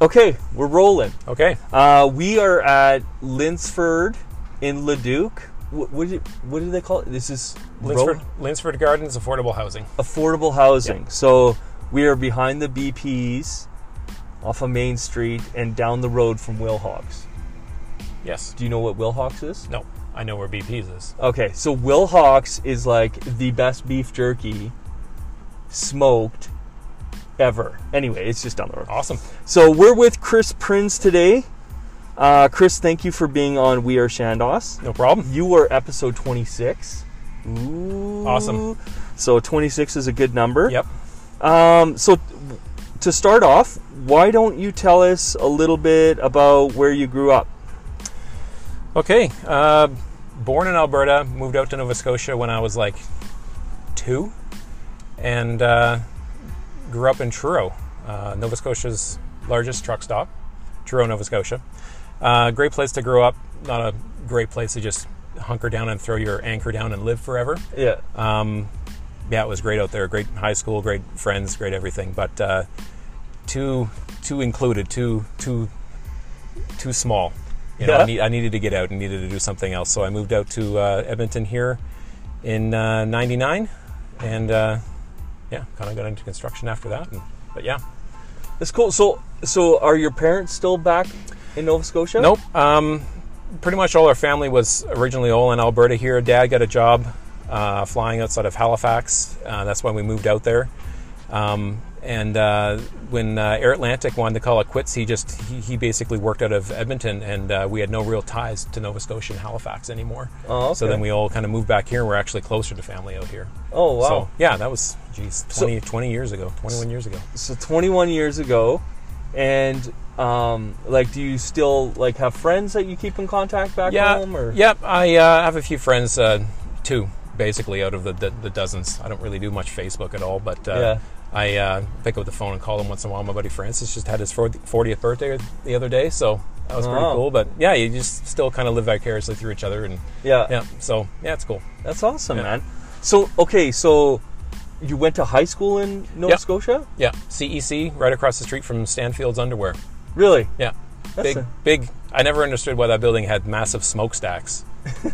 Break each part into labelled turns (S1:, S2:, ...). S1: Okay, we're rolling.
S2: Okay.
S1: Uh, we are at Linsford in Leduc. What, what, did, what did they call it? This is
S2: Linsford,
S1: Ro-
S2: Linsford Gardens affordable housing.
S1: affordable housing. So we are behind the BPs off of Main Street and down the road from Wilhox.
S2: Yes.
S1: Do you know what Wilhox is?
S2: No, I know where BP's is.
S1: Okay, so Wilhox is like the best beef jerky smoked ever. Anyway, it's just down the road.
S2: Awesome.
S1: So we're with Chris Prinz today. Uh, Chris, thank you for being on We Are Shandos.
S2: No problem.
S1: You are episode 26. Ooh.
S2: Awesome.
S1: So 26 is a good number.
S2: Yep.
S1: Um, so to start off, why don't you tell us a little bit about where you grew up?
S2: Okay. Uh, born in Alberta, moved out to Nova Scotia when I was like two, and uh, grew up in Truro, uh, Nova Scotia's largest truck stop, Truro, Nova Scotia. Uh, great place to grow up. Not a great place to just hunker down and throw your anchor down and live forever.
S1: Yeah.
S2: Um, yeah, it was great out there. Great high school, great friends, great everything. But uh, too too included, too too too small. You know,
S1: Yeah.
S2: I, need, I needed to get out and needed to do something else. So I moved out to uh, Edmonton here in uh, '99, and uh, yeah, kind of got into construction after that. And, but yeah,
S1: That's cool. So, so are your parents still back in Nova Scotia?
S2: Nope. Um, pretty much all our family was originally all in Alberta here. Dad got a job uh, flying outside of Halifax. Uh, that's when we moved out there. Um, and uh, when uh, Air Atlantic wanted to call it quits, he just he, he basically worked out of Edmonton, and uh, we had no real ties to Nova Scotia and Halifax anymore.
S1: Oh,
S2: So
S1: okay.
S2: then we all kind of moved back here, and we're actually closer to family out here.
S1: Oh wow.
S2: So yeah, that was geez 20, 20 years ago, twenty one years ago.
S1: So, 21 years ago, and um, like, do you still like have friends that you keep in contact back
S2: yeah,
S1: home? Or
S2: Yep, I uh, have a few friends, uh, two basically out of the, the the dozens. I don't really do much Facebook at all, but uh,
S1: Yeah.
S2: I uh, pick up the phone and call them once in a while. My buddy Francis just had his 40 40th birthday the other day, so that was pretty
S1: Oh.
S2: cool. But yeah, you just still kind of live vicariously through each other, and
S1: yeah,
S2: yeah, so yeah, it's cool.
S1: that's awesome,
S2: Yeah.
S1: man. So okay, so you went to high school in Nova
S2: Yep.
S1: Scotia?
S2: Yeah, CEC right across the street from Stanfield's Underwear.
S1: Really?
S2: Yeah,
S1: That's
S2: big
S1: a-
S2: big. I never understood why that building had massive smokestacks.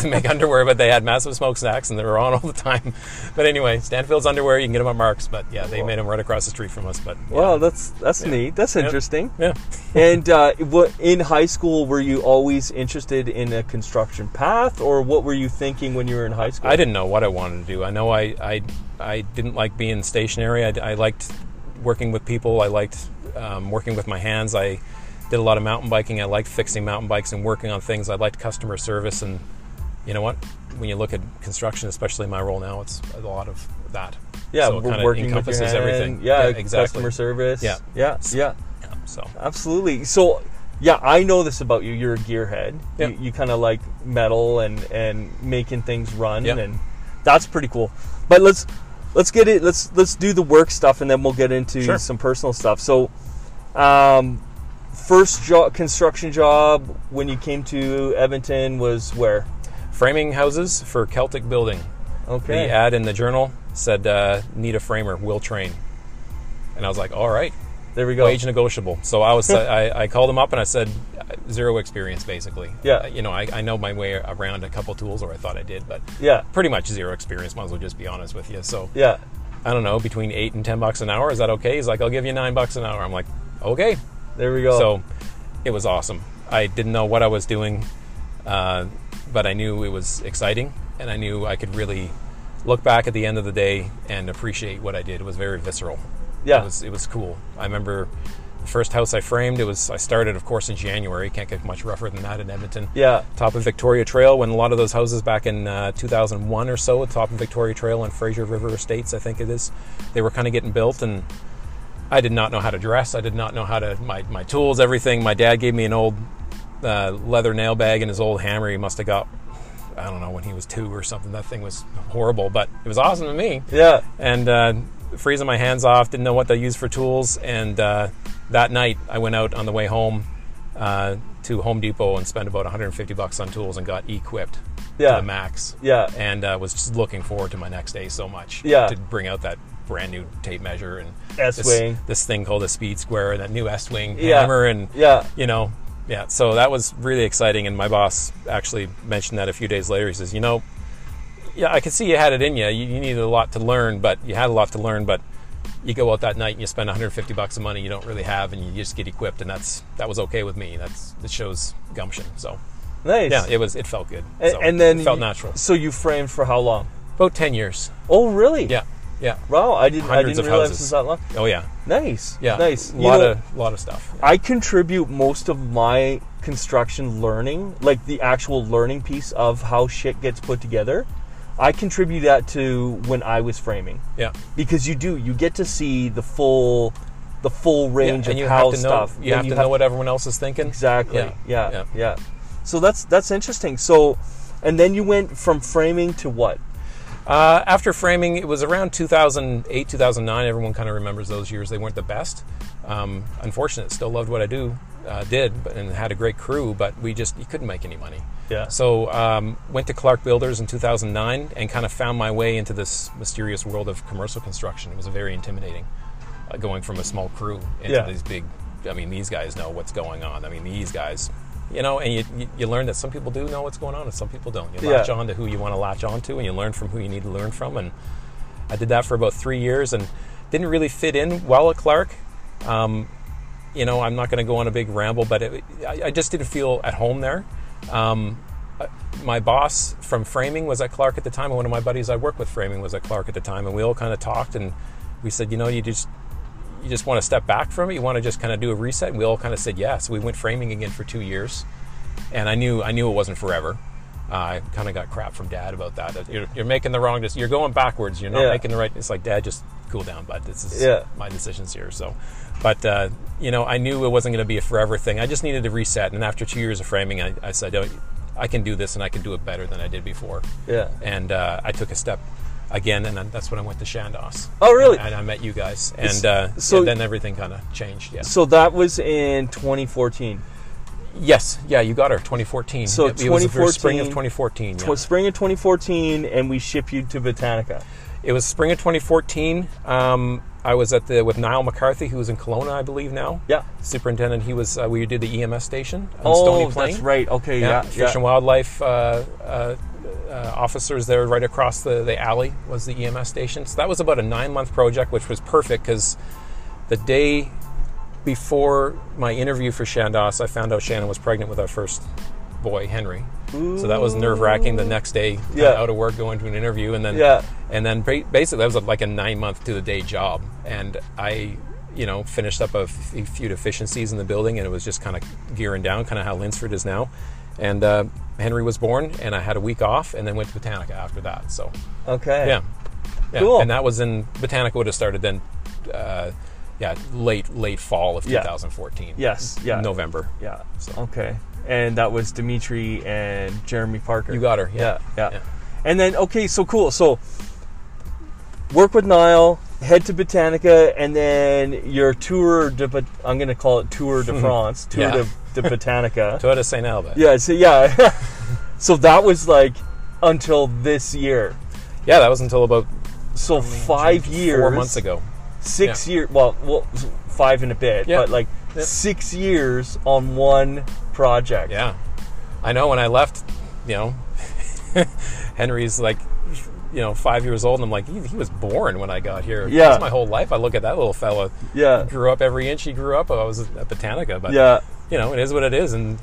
S2: to make underwear, but they had massive smokestacks and they were on all the time. But anyway, Stanfield's underwear, you can get them at Marks, but yeah, they made them right across the street from us. But yeah.
S1: Wow, that's that's neat. That's interesting.
S2: yeah,
S1: and uh, what in high school were you always interested in a construction path, or what were you thinking when you were in high school?
S2: I didn't know what I wanted to do. I know I I, I didn't like being stationary. I, I liked working with people. I liked um, working with my hands. I did a lot of mountain biking. I liked fixing mountain bikes and working on things. I liked customer service and you know what? When you look at construction, especially my role now, it's a lot of that.
S1: yeah,
S2: so it
S1: we're
S2: kinda
S1: working
S2: encompasses
S1: with your hand,
S2: everything.
S1: Yeah,
S2: exactly.
S1: customer service.
S2: Yeah.
S1: yeah, yeah.
S2: Yeah, so
S1: Absolutely. So, yeah, I know this about you. You're a gearhead.
S2: Yeah.
S1: You, you kind of like metal and and making things run,
S2: Yeah.
S1: and that's pretty cool. But let's let's get it. Let's let's do the work stuff, and then we'll get into
S2: Sure.
S1: some personal stuff. So, um, first job, construction job when you came to Edmonton was where?
S2: framing houses for Celtic building.
S1: Okay.
S2: The ad in the journal said, uh, "Need a framer, will train," and I was like, "All right."
S1: There we go.
S2: wage negotiable. So I was I, I called him up and I said zero experience basically.
S1: Yeah.
S2: Uh, you know I, I know my way around a couple tools or I thought I did, but
S1: Yeah.
S2: pretty much zero experience. Might as well just be honest with you. So
S1: Yeah.
S2: I don't know between eight and ten bucks an hour. Is that okay? He's like I'll give you nine bucks an hour. I'm like okay.
S1: There we go.
S2: So it was awesome. I didn't know what I was doing, uh, but I knew it was exciting and I knew I could really look back at the end of the day and appreciate what I did. It was very visceral.
S1: yeah.
S2: It was it was cool. I remember the first house I framed. It was I started, of course, in January. Can't get much rougher than that in Edmonton.
S1: yeah.
S2: Top of Victoria Trail. When a lot of those houses back in uh, 2001 or so, top of Victoria Trail and Fraser River Estates, I think it is, they were kind of getting built and. I did not know how to dress. I did not know how to my, my tools, everything. My dad gave me an old uh, leather nail bag and his old hammer. He must have got I don't know when he was two or something. That thing was horrible, but it was awesome to me
S1: Yeah.
S2: and uh, freezing my hands off. Didn't know what to use for tools. And uh, that night, I went out on the way home uh, to Home Depot and spent about 150 bucks on tools and got equipped
S1: Yeah.
S2: to the max.
S1: Yeah.
S2: and uh, was just looking forward to my next day so much.
S1: Yeah.
S2: to bring out that brand new tape measure and
S1: S-Wing.
S2: This, this thing called a speed square and that new S wing
S1: Yeah.
S2: hammer and
S1: Yeah.
S2: you know yeah. So that was really exciting, and my boss actually mentioned that a few days later. He says, you know, yeah, I could see you had it in you. You, you needed a lot to learn, but you had a lot to learn, but you go out that night and you spend 150 bucks of money you don't really have, and you just get equipped, and that's that was okay with me. That's that shows gumption. So
S1: Nice.
S2: yeah, it was it felt good.
S1: A-
S2: So,
S1: and then
S2: it felt
S1: you-
S2: natural.
S1: So you framed for how long?
S2: About 10 years.
S1: Oh, really?
S2: Yeah, yeah.
S1: Wow, I didn't. I
S2: Hundreds
S1: didn't
S2: of
S1: realize
S2: houses.
S1: it was that long.
S2: Oh yeah,
S1: Nice.
S2: yeah.
S1: Nice.
S2: A
S1: You
S2: lot
S1: know,
S2: of lot of stuff.
S1: I contribute most of my construction learning, like the actual learning piece of how shit gets put together. I contribute that to when I was framing
S2: Yeah.
S1: because you do you get to see the full the full range
S2: and
S1: of
S2: you
S1: how
S2: have to know.
S1: stuff
S2: You have
S1: and
S2: to know what everyone else is thinking.
S1: exactly yeah.
S2: Yeah,
S1: Yeah,
S2: yeah.
S1: So that's that's interesting. So and then you went from framing to what?
S2: Uh, after framing, it was around 2008, 2009. Everyone kind of remembers those years. They weren't the best. Um, unfortunate. Still loved what I do, uh, did, but, and had a great crew. But we just you couldn't make any money.
S1: Yeah.
S2: So um, went to Clark Builders in 2009 and kind of found my way into this mysterious world of commercial construction. It was very intimidating, uh, going from a small crew into
S1: Yeah.
S2: these big. I mean, these guys know what's going on. I mean, these guys, you know, and you, you, you learn that some people do know what's going on and some people don't. You
S1: Yeah.
S2: latch on to who you want to latch on to and you learn from who you need to learn from. And I did that for about three years and didn't really fit in well at Clark. Um, you know, I'm not going to go on a big ramble, but it, I, I just didn't feel at home there. Um, I- my boss from framing was at Clark at the time, and one of my buddies I worked with framing was at Clark at the time, and we all kind of talked and we said, you know, you just you just want to step back from it. You want to just kind of do a reset. And we all kind of said yes. we went framing again for two years, and I knew I knew it wasn't forever. Uh, I kind of got crap from dad about that. that You're, you're making the wrong. dec- You're going backwards. You're not
S1: Yeah.
S2: making the right. It's like dad, just cool down, bud. This is
S1: Yeah.
S2: my decisions here. So, but uh, you know, I knew it wasn't going to be a forever thing. I just needed to reset. And after two years of framing, I, I said, oh, I can do this, and I can do it better than I did before
S1: Yeah.
S2: and uh, I took a step again, and then that's when I went to Shandos.
S1: Oh, really?
S2: And, and I met you guys, and uh,
S1: so-
S2: and then everything kind of changed. Yeah.
S1: So that was in 2014.
S2: Yes. Yeah. You got her. 2014.
S1: So
S2: it, it was the first spring of
S1: 2014
S2: 2014. yeah.
S1: Tw- spring of 2014, and we ship you to Botanica.
S2: it was spring of 2014. Um, I was at the with Niall McCarthy, who was in Kelowna, I believe now.
S1: Yeah.
S2: Superintendent. He was. Uh, we did the EMS station on
S1: Oh,
S2: Stony Plain.
S1: that's right. Okay,
S2: Yeah,
S1: yeah,
S2: Fish
S1: yeah.
S2: and Wildlife uh, uh, uh, officers there, right across the, the alley, was the EMS station. So that was about a nine month project, which was perfect because the day before my interview for Shandos, I found out Shannon was pregnant with our first boy, Henry. So that was nerve wracking. The next day,
S1: Yeah.
S2: out of work, going to an interview, and then
S1: Yeah.
S2: and then ba- basically that was like a nine month to the day job, and I, you know, finished up a f- a few deficiencies in the building, and it was just kind of gearing down, kind of how Linsford is now, and uh, Henry was born, and I had a week off, and then went to Botanica after that. So
S1: Okay.
S2: yeah, yeah.
S1: Cool.
S2: and that was in Botanica would have started then, uh, yeah, late late fall of
S1: Yeah.
S2: 2014.
S1: Yes. Yeah.
S2: November.
S1: Yeah.
S2: So-
S1: Okay. And that was Dimitri and Jeremy Parker.
S2: You got her.
S1: Yeah. Yeah.
S2: Yeah.
S1: And then okay, so cool. So work with Niall, head to Botanica, and then your tour de Bot- I'm going to call it tour de France, tour
S2: Yeah.
S1: de, de Botanica.
S2: Toyota St. Alba.
S1: yeah. So yeah. so that was like until this year.
S2: Yeah, that was until about
S1: So five years.
S2: four months ago.
S1: six
S2: Yeah.
S1: year well, well s- five in a bit
S2: Yeah.
S1: but like
S2: Yeah.
S1: six years on one project
S2: Yeah, I know. When I left, you know, Henry's like, you know, five years old, and I'm like, he, he was born when I got here.
S1: Yeah.
S2: That's my whole life. I look at that little fella.
S1: yeah
S2: Grew up every inch he grew up. I was at Botanica, but
S1: yeah
S2: you know, it is what it is, and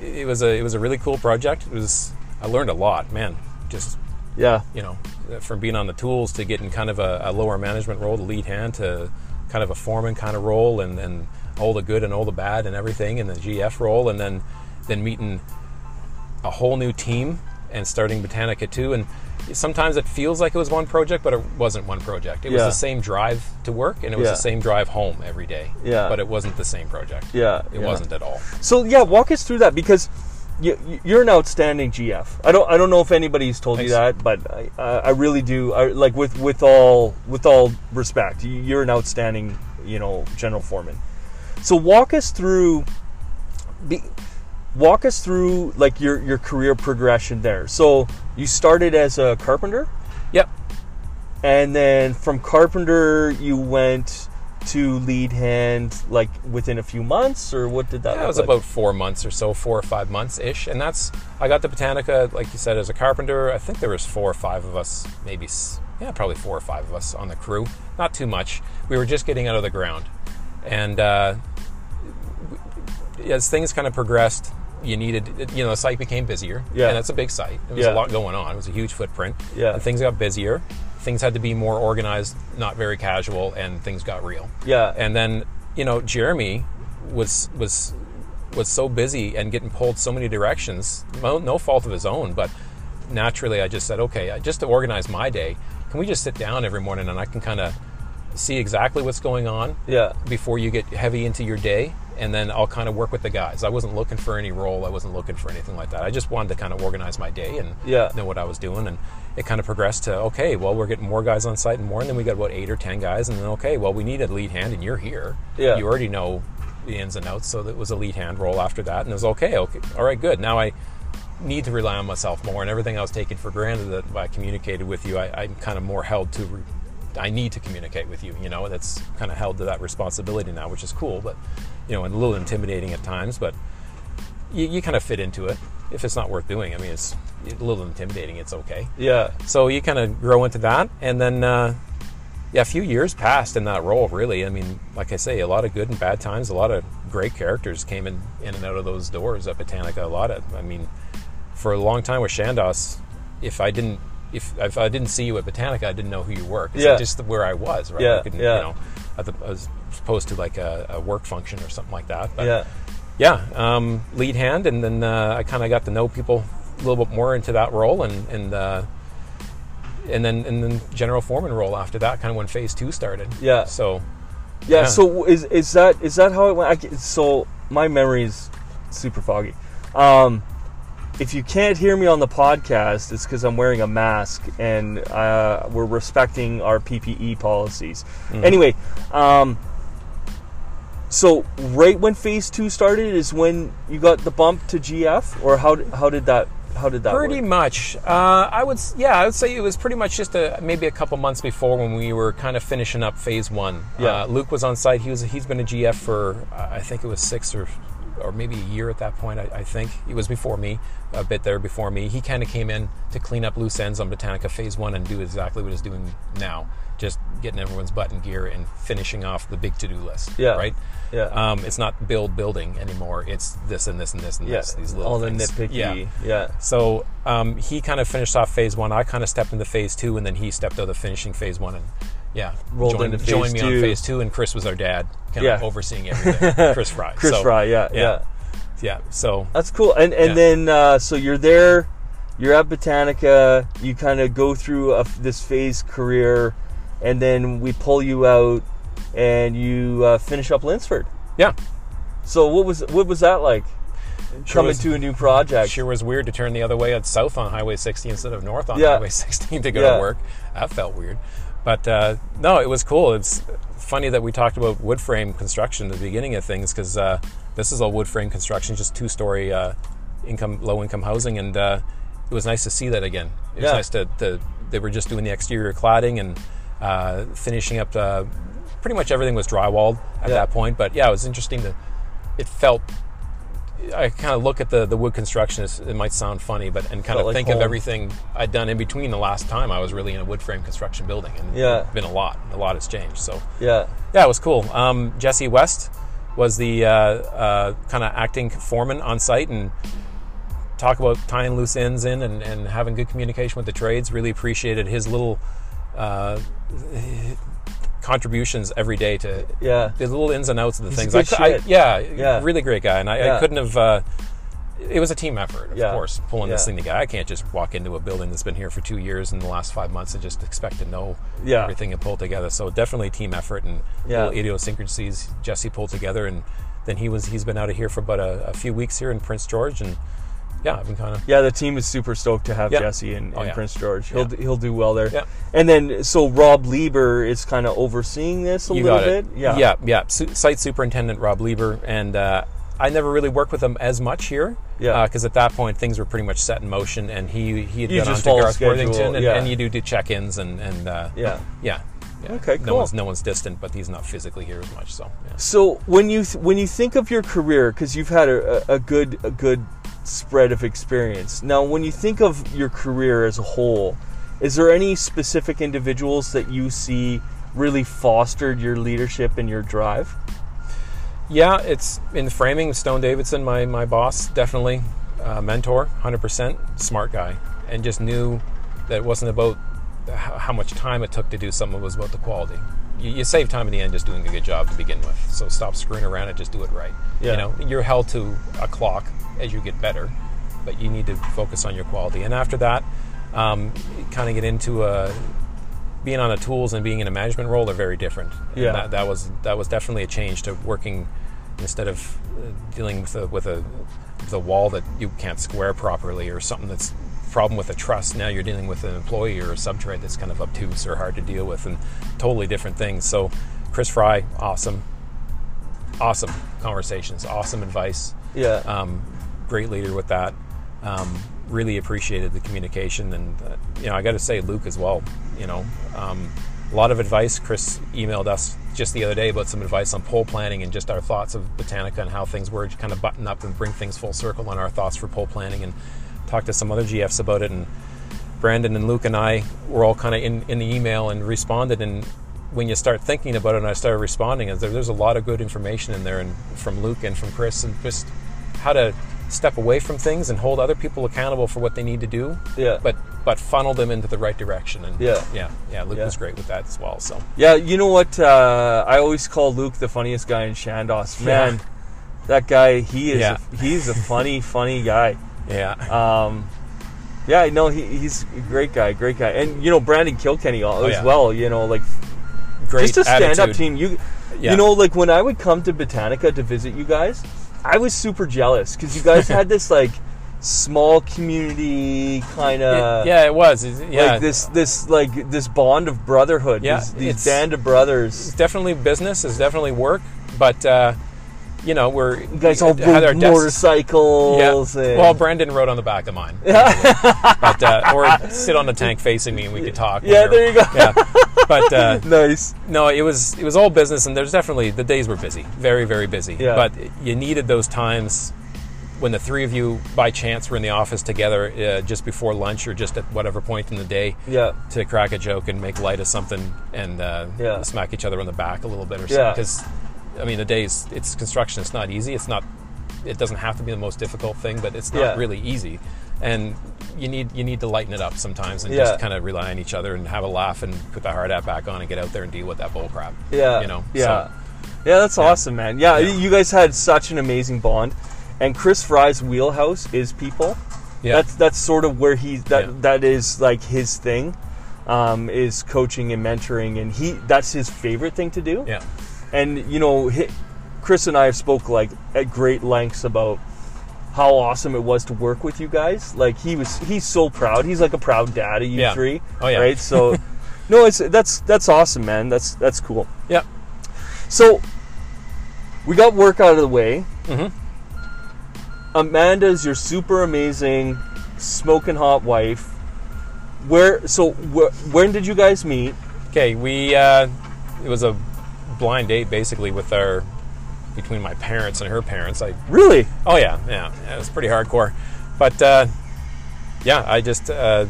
S2: it was a it was a really cool project. It was I learned a lot, man. Just
S1: yeah
S2: you know, from being on the tools to getting kind of a, a lower management role, the lead hand to kind of a foreman kind of role, and, and all the good and all the bad and everything, and the GF role, and then then meeting a whole new team and starting Botanica too. And sometimes it feels like it was one project, but it wasn't one project. It was
S1: Yeah.
S2: the same drive to work, and it was
S1: Yeah.
S2: the same drive home every day.
S1: Yeah.
S2: but it wasn't the same project.
S1: Yeah,
S2: it
S1: yeah.
S2: wasn't at all.
S1: so yeah walk us through that because you, you're an outstanding gf i don't i don't know if anybody's told you
S2: Thanks.
S1: that but i i I really do I, like with with all with all respect you- you're an outstanding you know general foreman so walk us through be, walk us through like your your career progression there so you started as a carpenter
S2: Yep.
S1: and then from carpenter you went to lead hand like within a few months or what did that
S2: That
S1: look
S2: was
S1: like?
S2: about four months or so, four or five months ish, and that's I got the Botanica, like you said, as a carpenter. I think there was four or five of us, maybe s- yeah, probably four or five of us on the crew. Not too much. We were just getting out of the ground, and uh, w- as things kind of progressed, you needed you know the site became busier.
S1: Yeah.
S2: and it's a big site. There was
S1: Yeah.
S2: a lot going on. It was a huge footprint.
S1: Yeah.
S2: and things got busier. Things had to be more organized, not very casual, and things got real
S1: yeah
S2: and then you know Jeremy was was was so busy and getting pulled so many directions no, no fault of his own but naturally I just said okay I- just to organize my day can we just sit down every morning and I can kind of see exactly what's going on
S1: yeah
S2: before you get heavy into your day and then I'll kind of work with the guys I wasn't looking for any role I wasn't looking for anything like that I just wanted to kind of organize my day and
S1: Yeah.
S2: know what I was doing and it kind of progressed to okay well we're getting more guys on site and more and then we got about eight or ten guys and then okay well we need a lead hand and you're here
S1: Yeah.
S2: you already know the ins and outs so that was a lead hand role after that and it was okay okay all right good now I need to rely on myself more and everything I was taking for granted that I communicated with you, I, I'm kind of more held to. Re- I need to communicate with you. You know, that's kind of held to that responsibility now, which is cool, but you know, and a little intimidating at times. But you, you kind of fit into it. If it's not worth doing, I mean, it's a little intimidating. It's okay.
S1: yeah
S2: So you kind of grow into that, and then uh, yeah, a few years passed in that role. Really, I mean, like I say, a lot of good and bad times. A lot of great characters came in, in and out of those doors at Botanica. A lot of, I mean, for a long time with Shandos, if I didn't if, if I didn't see you at Botanica, I didn't know who you were. 'cause
S1: Yeah.
S2: just where I was, right?
S1: Yeah,
S2: I couldn't,
S1: yeah.
S2: You know, at the, I was supposed to like a, a work function or something like that. But
S1: yeah
S2: yeah, um, lead hand, and then uh, I kind of got to know people a little bit more into that role, and and uh, and then and then general foreman role after that, kind of when phase two started.
S1: Yeah.
S2: So
S1: Yeah.
S2: Yeah.
S1: So is is that is that how it went? I, ca- so my memory is super foggy. Um, if you can't hear me on the podcast, it's because I'm wearing a mask and uh, we're respecting our PPE policies.
S2: Mm.
S1: Anyway, um, so right when Phase Two started is when you got the bump to GF, or how d- how did that how did that
S2: pretty
S1: work?
S2: much, uh, I would s- yeah, I would say it was pretty much just a, maybe a couple months before when we were kind of finishing up phase one.
S1: Yeah.
S2: Uh, Luke was on site. He was he's been a GF for uh, I think it was six or or maybe a year at that point. I, I think he was before me, a bit there before me. He kind of came in to clean up loose ends on Botanica Phase One and do exactly what he's doing now, just getting everyone's butt in gear and finishing off the big to do list.
S1: Yeah.
S2: Right.
S1: Yeah.
S2: Um, it's not build building anymore. It's this and this and this and
S1: Yeah.
S2: this. These little
S1: all
S2: things.
S1: the nitpicky.
S2: Yeah.
S1: yeah.
S2: So um, he kind of finished off phase one. I kind of stepped into phase two, and then he stepped out of finishing phase one, and yeah,
S1: Rolled
S2: joined,
S1: into phase
S2: joined me
S1: two.
S2: on phase two. And Chris was our dad, kind
S1: Yeah.
S2: of overseeing everything. Chris Fry.
S1: Chris
S2: So,
S1: Fry. Yeah.
S2: yeah.
S1: yeah.
S2: Yeah. So
S1: That's cool. And and
S2: Yeah.
S1: then uh, so you're there, you're at Botanica. You kind of go through a, this phase career, and then we pull you out, and you uh, finish up Linsford.
S2: yeah,
S1: So what was what was that like? Coming
S2: was-
S1: to a new project.
S2: sure was weird to turn the other way at south on Highway 60 instead of north on
S1: Yeah.
S2: Highway 16 to go
S1: Yeah.
S2: to work. That felt weird, but uh, no, it was cool. It's funny that we talked about wood frame construction at the beginning of things because uh, this is all wood frame construction, just two story uh, income, low income housing, and uh, it was nice to see that again. It was
S1: Yeah.
S2: nice to, to they were just doing the exterior cladding and uh, finishing up. Uh, pretty much everything was drywalled at
S1: Yeah.
S2: that point, but yeah, it was interesting to. It felt I kind of look at the, the wood construction. It's, it might sound funny, but and kind
S1: Felt
S2: of
S1: like
S2: think
S1: home.
S2: of everything I'd done in between the last time I was really in a wood frame construction building, and
S1: Yeah.
S2: it's been a lot. A lot has changed. So
S1: Yeah.
S2: yeah, it was cool. Um, Jesse West was the uh, uh, kind of acting foreman on site and talk about tying loose ends in and, and having good communication with the trades. Really appreciated his little uh, contributions every day to
S1: Yeah.
S2: the little ins and outs of the
S1: a
S2: things.
S1: good
S2: cou- I,
S1: shit.
S2: yeah,
S1: Yeah.
S2: really great guy, and I,
S1: Yeah.
S2: I couldn't have. Uh, it was a team effort, of
S1: Yeah.
S2: course, pulling this
S1: Yeah.
S2: thing together. I can't just walk into a building that's been here for two years in the last five months and just expect to know
S1: Yeah.
S2: everything and pull together. So definitely team effort and
S1: Yeah.
S2: little idiosyncrasies Jesse pulled together, and then he was he's been out of here for about a, a few weeks here in Prince George, and yeah, I've been kind of
S1: Yeah, the team is super stoked to have
S2: Yeah.
S1: Jesse and,
S2: Oh,
S1: and
S2: yeah.
S1: Prince George. He'll
S2: Yeah.
S1: he'll do well there.
S2: Yeah.
S1: And then so Rob Lieber is kind of overseeing this a
S2: you
S1: little
S2: got it.
S1: bit.
S2: Yeah, yeah. Su- site superintendent Rob Lieber and uh, I never really worked with him as much here.
S1: Yeah.
S2: Because at that point, things were pretty much set in motion, and he he had
S1: You
S2: gone on
S1: just
S2: to
S1: follow
S2: Garth
S1: schedule,
S2: Worthington, and,
S1: yeah.
S2: and you do do check-ins and and uh,
S1: Yeah.
S2: yeah. Yeah.
S1: Okay,
S2: No
S1: cool.
S2: one's no one's distant, but he's not physically here as much. So yeah.
S1: So when you th- when you think of your career, because you've had a, a a good a good spread of experience. Now, when you think of your career as a whole, is there any specific individuals that you see really fostered your leadership and your drive?
S2: Yeah, it's in framing. Stone Davidson, my my boss, definitely uh, mentor, hundred percent smart guy, and just knew that it wasn't about h- how much time it took to do something; it was about the quality. You, you save time in the end just doing a good job to begin with. So stop screwing around and just do it right.
S1: Yeah.
S2: You know, you're held to a clock as you get better, but you need to focus on your quality. And after that, um, kind of get into a being on the tools and being in a management role are very different. And
S1: Yeah.
S2: that, that was that was definitely a change to working instead of uh, dealing with a, with a with a wall that you can't square properly or something that's problem with a trust. Now you're dealing with an employee or a subtrade that's kind of obtuse or hard to deal with and totally different things. So Chris Fry, awesome, awesome conversations, awesome advice
S1: Yeah.
S2: um, great leader with that. Um, really appreciated the communication, and uh, you know, I got to say Luke as well. You know, um, a lot of advice. Chris emailed us just the other day about some advice on pole planning and just our thoughts of Botanica and how things were to kind of button up and bring things full circle on our thoughts for pole planning, and talked to some other GFs about it and. Brandon and Luke and I were all kind of in, in the email and responded. And when you start thinking about it, and I started responding, is there, there's a lot of good information in there, and from Luke and from Chris, and just how to step away from things and hold other people accountable for what they need to do.
S1: Yeah.
S2: But but funnel them into the right direction. And
S1: Yeah.
S2: yeah, yeah. Luke
S1: Yeah.
S2: was great with that as well. So
S1: Yeah, you know what? Uh, I always call Luke the funniest guy in Shandos. Man, that guy, he is
S2: Yeah.
S1: a, he's a funny, funny guy.
S2: yeah,
S1: Um, yeah, no, he, he's a great guy, great guy, and you know Brandon Kilkenny al- as
S2: Oh, yeah.
S1: well. You know, like
S2: great.
S1: just a stand-up
S2: attitude.
S1: team. You,
S2: Yeah.
S1: you know, like when I would come to Botanica to visit you guys, I was super jealous because you guys had this like small community kind of
S2: yeah, it was. It's- Yeah,
S1: uh, like this this like this bond of brotherhood.
S2: Yeah,
S1: these,
S2: it's-
S1: these band of brothers.
S2: it's definitely business. It's definitely work. But uh, you know, we're
S1: You guys all
S2: had our
S1: rode
S2: desks-
S1: motorcycles. And,
S2: Well, Brandon rode on the back of mine, but uh, or sit on the tank facing me and we could talk.
S1: yeah, there you go.
S2: Yeah, but uh,
S1: nice.
S2: no, it was it was all business, and there's definitely the days were busy, very very busy.
S1: Yeah.
S2: But you needed those times when the three of you by chance were in the office together uh, just before lunch or just at whatever point in the day
S1: Yeah.
S2: to crack a joke and make light of something and uh,
S1: Yeah.
S2: smack each other on the back a little bit or something.
S1: Yeah.
S2: Because, I mean, the days, it's construction, it's not easy. It's not, it doesn't have to be the most difficult thing, but it's not
S1: Yeah.
S2: really easy. And you need you need to lighten it up sometimes and
S1: Yeah.
S2: just kind of rely on each other and have a laugh and put the hard hat back on and get out there and deal with that bull crap.
S1: Yeah.
S2: You know?
S1: Yeah.
S2: So,
S1: yeah, that's awesome, man. Yeah, you guys had such an amazing bond. And Chris Fry's wheelhouse is people.
S2: Yeah.
S1: That's that's sort of where he that
S2: Yeah.
S1: that is like his thing. Um, is coaching and mentoring and he that's his favorite thing to do.
S2: yeah.
S1: And you know, hi Chris and I have spoke like at great lengths about how awesome it was to work with you guys. Like he was, he's so proud. He's like a proud dad of you
S2: Yeah.
S1: three,
S2: Oh, yeah.
S1: right? So, no, it's that's that's awesome, man. That's that's cool.
S2: Yeah.
S1: So we got work out of the way.
S2: Mhm. Mm-hmm.
S1: Amanda's your super amazing, smoking hot wife. Where so wh- when did you guys meet?
S2: Okay, we uh, it was a blind date basically with our between my parents and her parents. I
S1: Really?
S2: oh yeah, yeah, yeah, it was pretty hardcore, but uh, yeah, I just uh,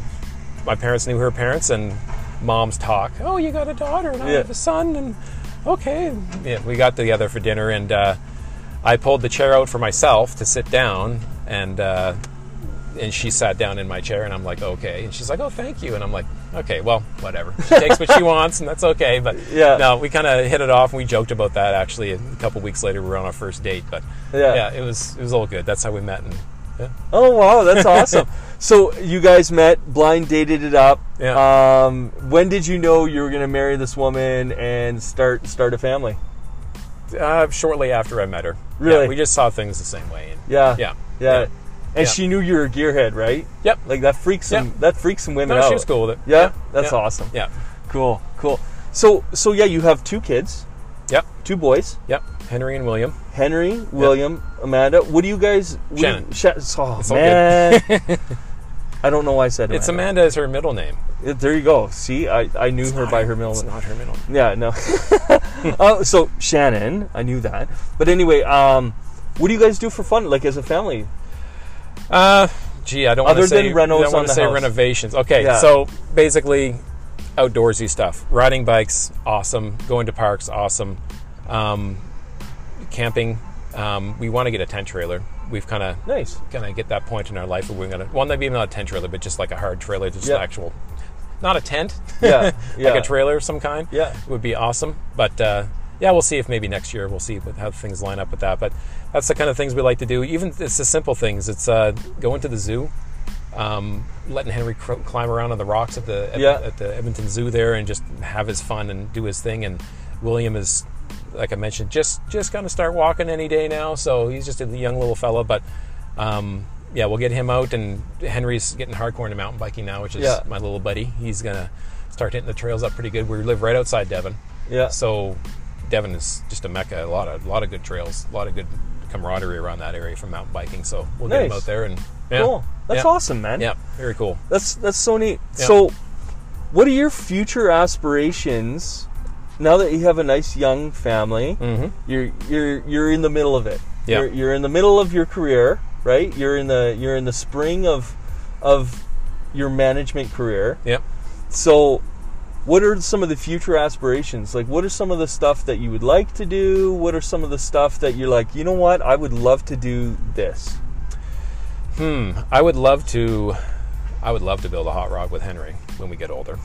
S2: my parents knew her parents and mom's talk. Oh, you got a daughter and I
S1: Yeah.
S2: have a son and okay, yeah, we got together for dinner and uh, I pulled the chair out for myself to sit down and. Uh, and she sat down in my chair and I'm like, okay. And she's like, oh, thank you. And I'm like, okay, well, whatever. She takes what she wants and that's okay. But
S1: Yeah.
S2: no, we kind of hit it off and we joked about that actually. A couple weeks later, we were on our first date. But
S1: Yeah.
S2: yeah, it was it was all good. That's how we met. And yeah,
S1: Oh wow, that's awesome. so you guys met, blind dated it up.
S2: Yeah.
S1: Um, when did you know you were going to marry this woman and start start a family?
S2: uh, shortly after I met her,
S1: Really?
S2: yeah, we just saw things the same way. And
S1: Yeah.
S2: yeah,
S1: Yeah.
S2: yeah.
S1: And
S2: Yeah.
S1: she knew you were a gearhead, right?
S2: Yep.
S1: Like that freaks some
S2: Yep.
S1: that freaks some women
S2: No,
S1: out.
S2: she was cool with it.
S1: Yeah, that's
S2: yeah.
S1: awesome.
S2: Yeah,
S1: Cool, cool. So so yeah, you have two kids.
S2: Yep.
S1: Two boys,
S2: Yep. Henry and William.
S1: Henry, William, Amanda. What do you guys? What do you-
S2: Shannon.
S1: Sha- oh,
S2: It's all
S1: man. I don't know why I said
S2: It's Amanda is her middle name.
S1: It- There you go. See, I, I knew her
S2: Not
S1: by her middle
S2: It's
S1: name.
S2: not her middle name.
S1: Yeah, no. uh, so Shannon, I knew that. But anyway, um, what do you guys do for fun, like as a family?
S2: Uh, gee, I don't want
S1: Other
S2: to say.
S1: than renos
S2: I don't
S1: on
S2: want
S1: the
S2: to say
S1: house.
S2: renovations. Okay,
S1: Yeah.
S2: so basically, outdoorsy stuff. Riding bikes, awesome. Going to parks, awesome. Um, camping. Um, we want to get a tent trailer. We've kind of
S1: Nice.
S2: gonna get that point in our life where we're gonna well maybe not a tent trailer but just like a hard trailer just
S1: Yeah.
S2: actual not a tent
S1: Yeah, yeah.
S2: like a trailer of some kind
S1: Yeah.
S2: would be awesome but uh, yeah we'll see if maybe next year we'll see what, how things line up with that but that's the kind of things we like to do even it's the simple things it's uh, going to the zoo um, letting Henry cr- climb around on the rocks at the at,
S1: Yeah.
S2: at the Edmonton Zoo there and just have his fun and do his thing. And William is, like I mentioned, just just going to start walking any day now. So he's just a young little fella, but. Um, yeah, we'll get him out, and Henry's getting hardcore into mountain biking now, which is
S1: Yeah.
S2: my little buddy. He's gonna start hitting the trails up pretty good. We live right outside Devon,
S1: Yeah.
S2: so Devon is just a mecca. A lot of a lot of good trails, a lot of good camaraderie around that area from mountain biking. So we'll get him
S1: Nice.
S2: out there, and yeah,
S1: Cool. That's
S2: yeah.
S1: awesome, man.
S2: Yeah, very cool.
S1: That's that's so neat.
S2: Yeah.
S1: So, what are your future aspirations? Now that you have a nice young family, you're you're you're in the middle of it.
S2: Mm-hmm. Yeah.
S1: You're, you're in the middle of your career, right? You're in the you're in the spring of of your management career.
S2: Yep.
S1: So, what are some of the future aspirations? Like, what are some of the stuff that you would like to do? What are some of the stuff that you're like, you know what? I would love to do this.
S2: I would love to I would love to build a hot rod with Henry when we get older.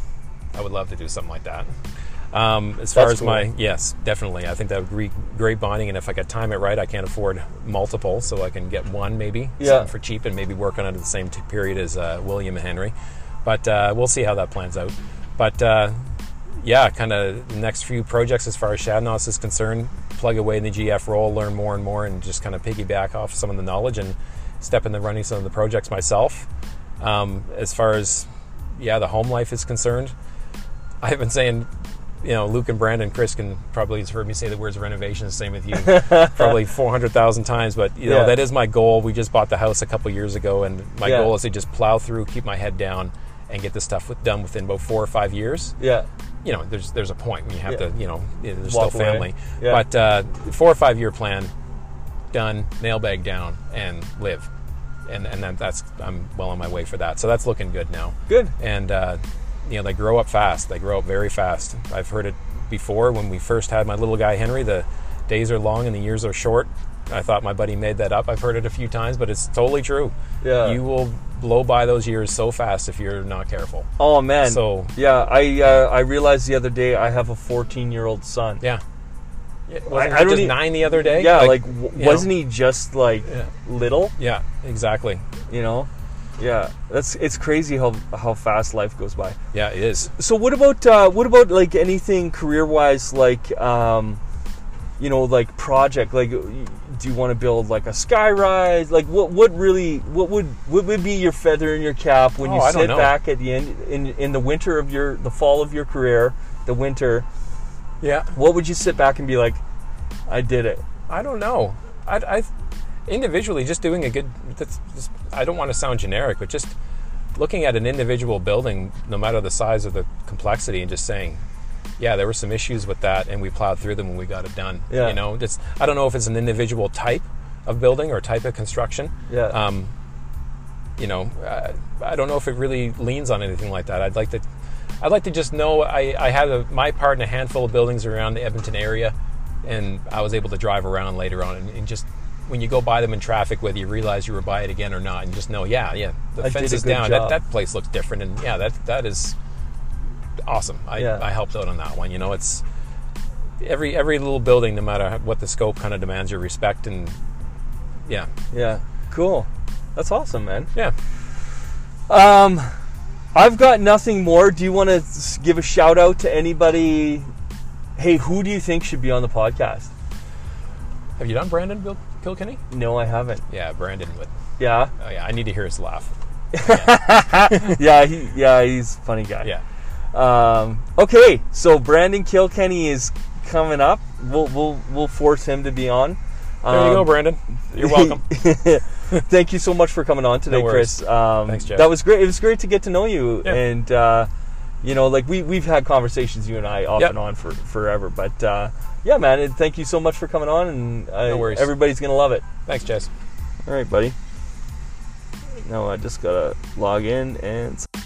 S2: I would love to do something like that. Um, as far
S1: That's
S2: as my yes, definitely. I think that would be great bonding, and if I could time it right, I can't afford multiple, so I can get one maybe
S1: Yeah.
S2: something for cheap, and maybe work on it at the same t- period as uh, William and Henry. But uh, we'll see how that plans out. But uh, yeah, kind of next few projects as far as Shadnos is concerned, plug away in the GF role, learn more and more, and just kind of piggyback off some of the knowledge and step into running some of the projects myself. Um, as far as yeah, the home life is concerned, I've been saying, you know, Luke and Brandon, Chris can probably has heard me say the words renovation, same with you, probably 400,000 times. But, you know,
S1: Yeah.
S2: that is my goal. We just bought the house a couple years ago, and my
S1: Yeah.
S2: goal is to just plow through, keep my head down, and get this stuff with, done within about four or five years
S1: Yeah.
S2: you know, there's there's a point when you have
S1: Yeah.
S2: to, you know, you know, there's
S1: Walk
S2: still
S1: away.
S2: family.
S1: Yeah.
S2: But uh, four or five year plan, done, nail bag down, and live, and and then that's I'm well on my way for that. So that's looking good now.
S1: Good.
S2: And uh, you know, they grow up fast. They grow up very fast. I've heard it before when we first had my little guy Henry. The days are long and the years are short. I thought my buddy made that up. I've heard it a few times, but it's totally true.
S1: Yeah.
S2: You will blow by those years so fast if you're not careful.
S1: Oh man.
S2: So-
S1: yeah, I uh, I realized the other day I have a 14 year old son.
S2: Yeah. Yeah,
S1: I
S2: wasn't it
S1: don't
S2: just
S1: e-
S2: nine the other day?
S1: Yeah, like, w
S2: you
S1: wasn't he just like
S2: Yeah.
S1: little?
S2: yeah, exactly.
S1: You know. Yeah, that's it's crazy how how fast life goes by.
S2: Yeah, it is.
S1: So what about uh, what about like anything career wise like um, you know like project like do you want to build like a sky rise like what what really what would what would be your feather in your cap when you
S2: Oh, I don't
S1: sit
S2: know.
S1: back at the end in in the winter of your the fall of your career the winter
S2: Yeah,
S1: what would you sit back and be like I did it
S2: I don't know. I, I individually just doing a good. That's just, I don't want to sound generic, but just looking at an individual building, no matter the size or the complexity, and just saying, yeah, there were some issues with that, and we plowed through them when we got it done.
S1: Yeah.
S2: You know, just I don't know if it's an individual type of building or type of construction.
S1: Yeah.
S2: Um, you know, uh, I don't know if it really leans on anything like that. I'd like to, I'd like to just know I, I had a, my part in a handful of buildings around the Edmonton area, and I was able to drive around later on and, and just when you go by them in traffic, whether you realize you were by it again or not, and just know, yeah, yeah, the
S1: I
S2: fence
S1: did a
S2: is
S1: good
S2: down.
S1: job.
S2: That, that place looks different, and yeah, that that is awesome. I,
S1: Yeah.
S2: I helped out on that one. You know, it's every every little building, no matter how- what the scope, kind of demands your respect and yeah,
S1: yeah cool that's awesome man
S2: yeah.
S1: Um, I've got nothing more. Do you want to give a shout out to anybody? Hey, who do you think should be on the podcast?
S2: Have you done Brandon Bil- Kilkenny?
S1: No, I haven't.
S2: Yeah, Brandon would.
S1: Yeah,
S2: Oh yeah, I need to hear his laugh.
S1: yeah, he, yeah, he's a funny guy.
S2: Yeah,
S1: Um, okay, so Brandon Kilkenny is coming up. we'll we'll we'll force him to be on.
S2: There
S1: Um,
S2: you go, Brandon. You're welcome.
S1: Thank you so much for coming on today,
S2: No worries.
S1: Chris. Um,
S2: Thanks, Jeff.
S1: That was great. It was great to get to know you,
S2: Yeah.
S1: and uh, you know, like we we've had conversations you and I off
S2: Yep.
S1: and on for forever. But uh, yeah, man, and thank you so much for coming on, and I,
S2: No worries.
S1: everybody's gonna love it.
S2: Thanks, Jess.
S1: All right, buddy. Now I just gotta log in and.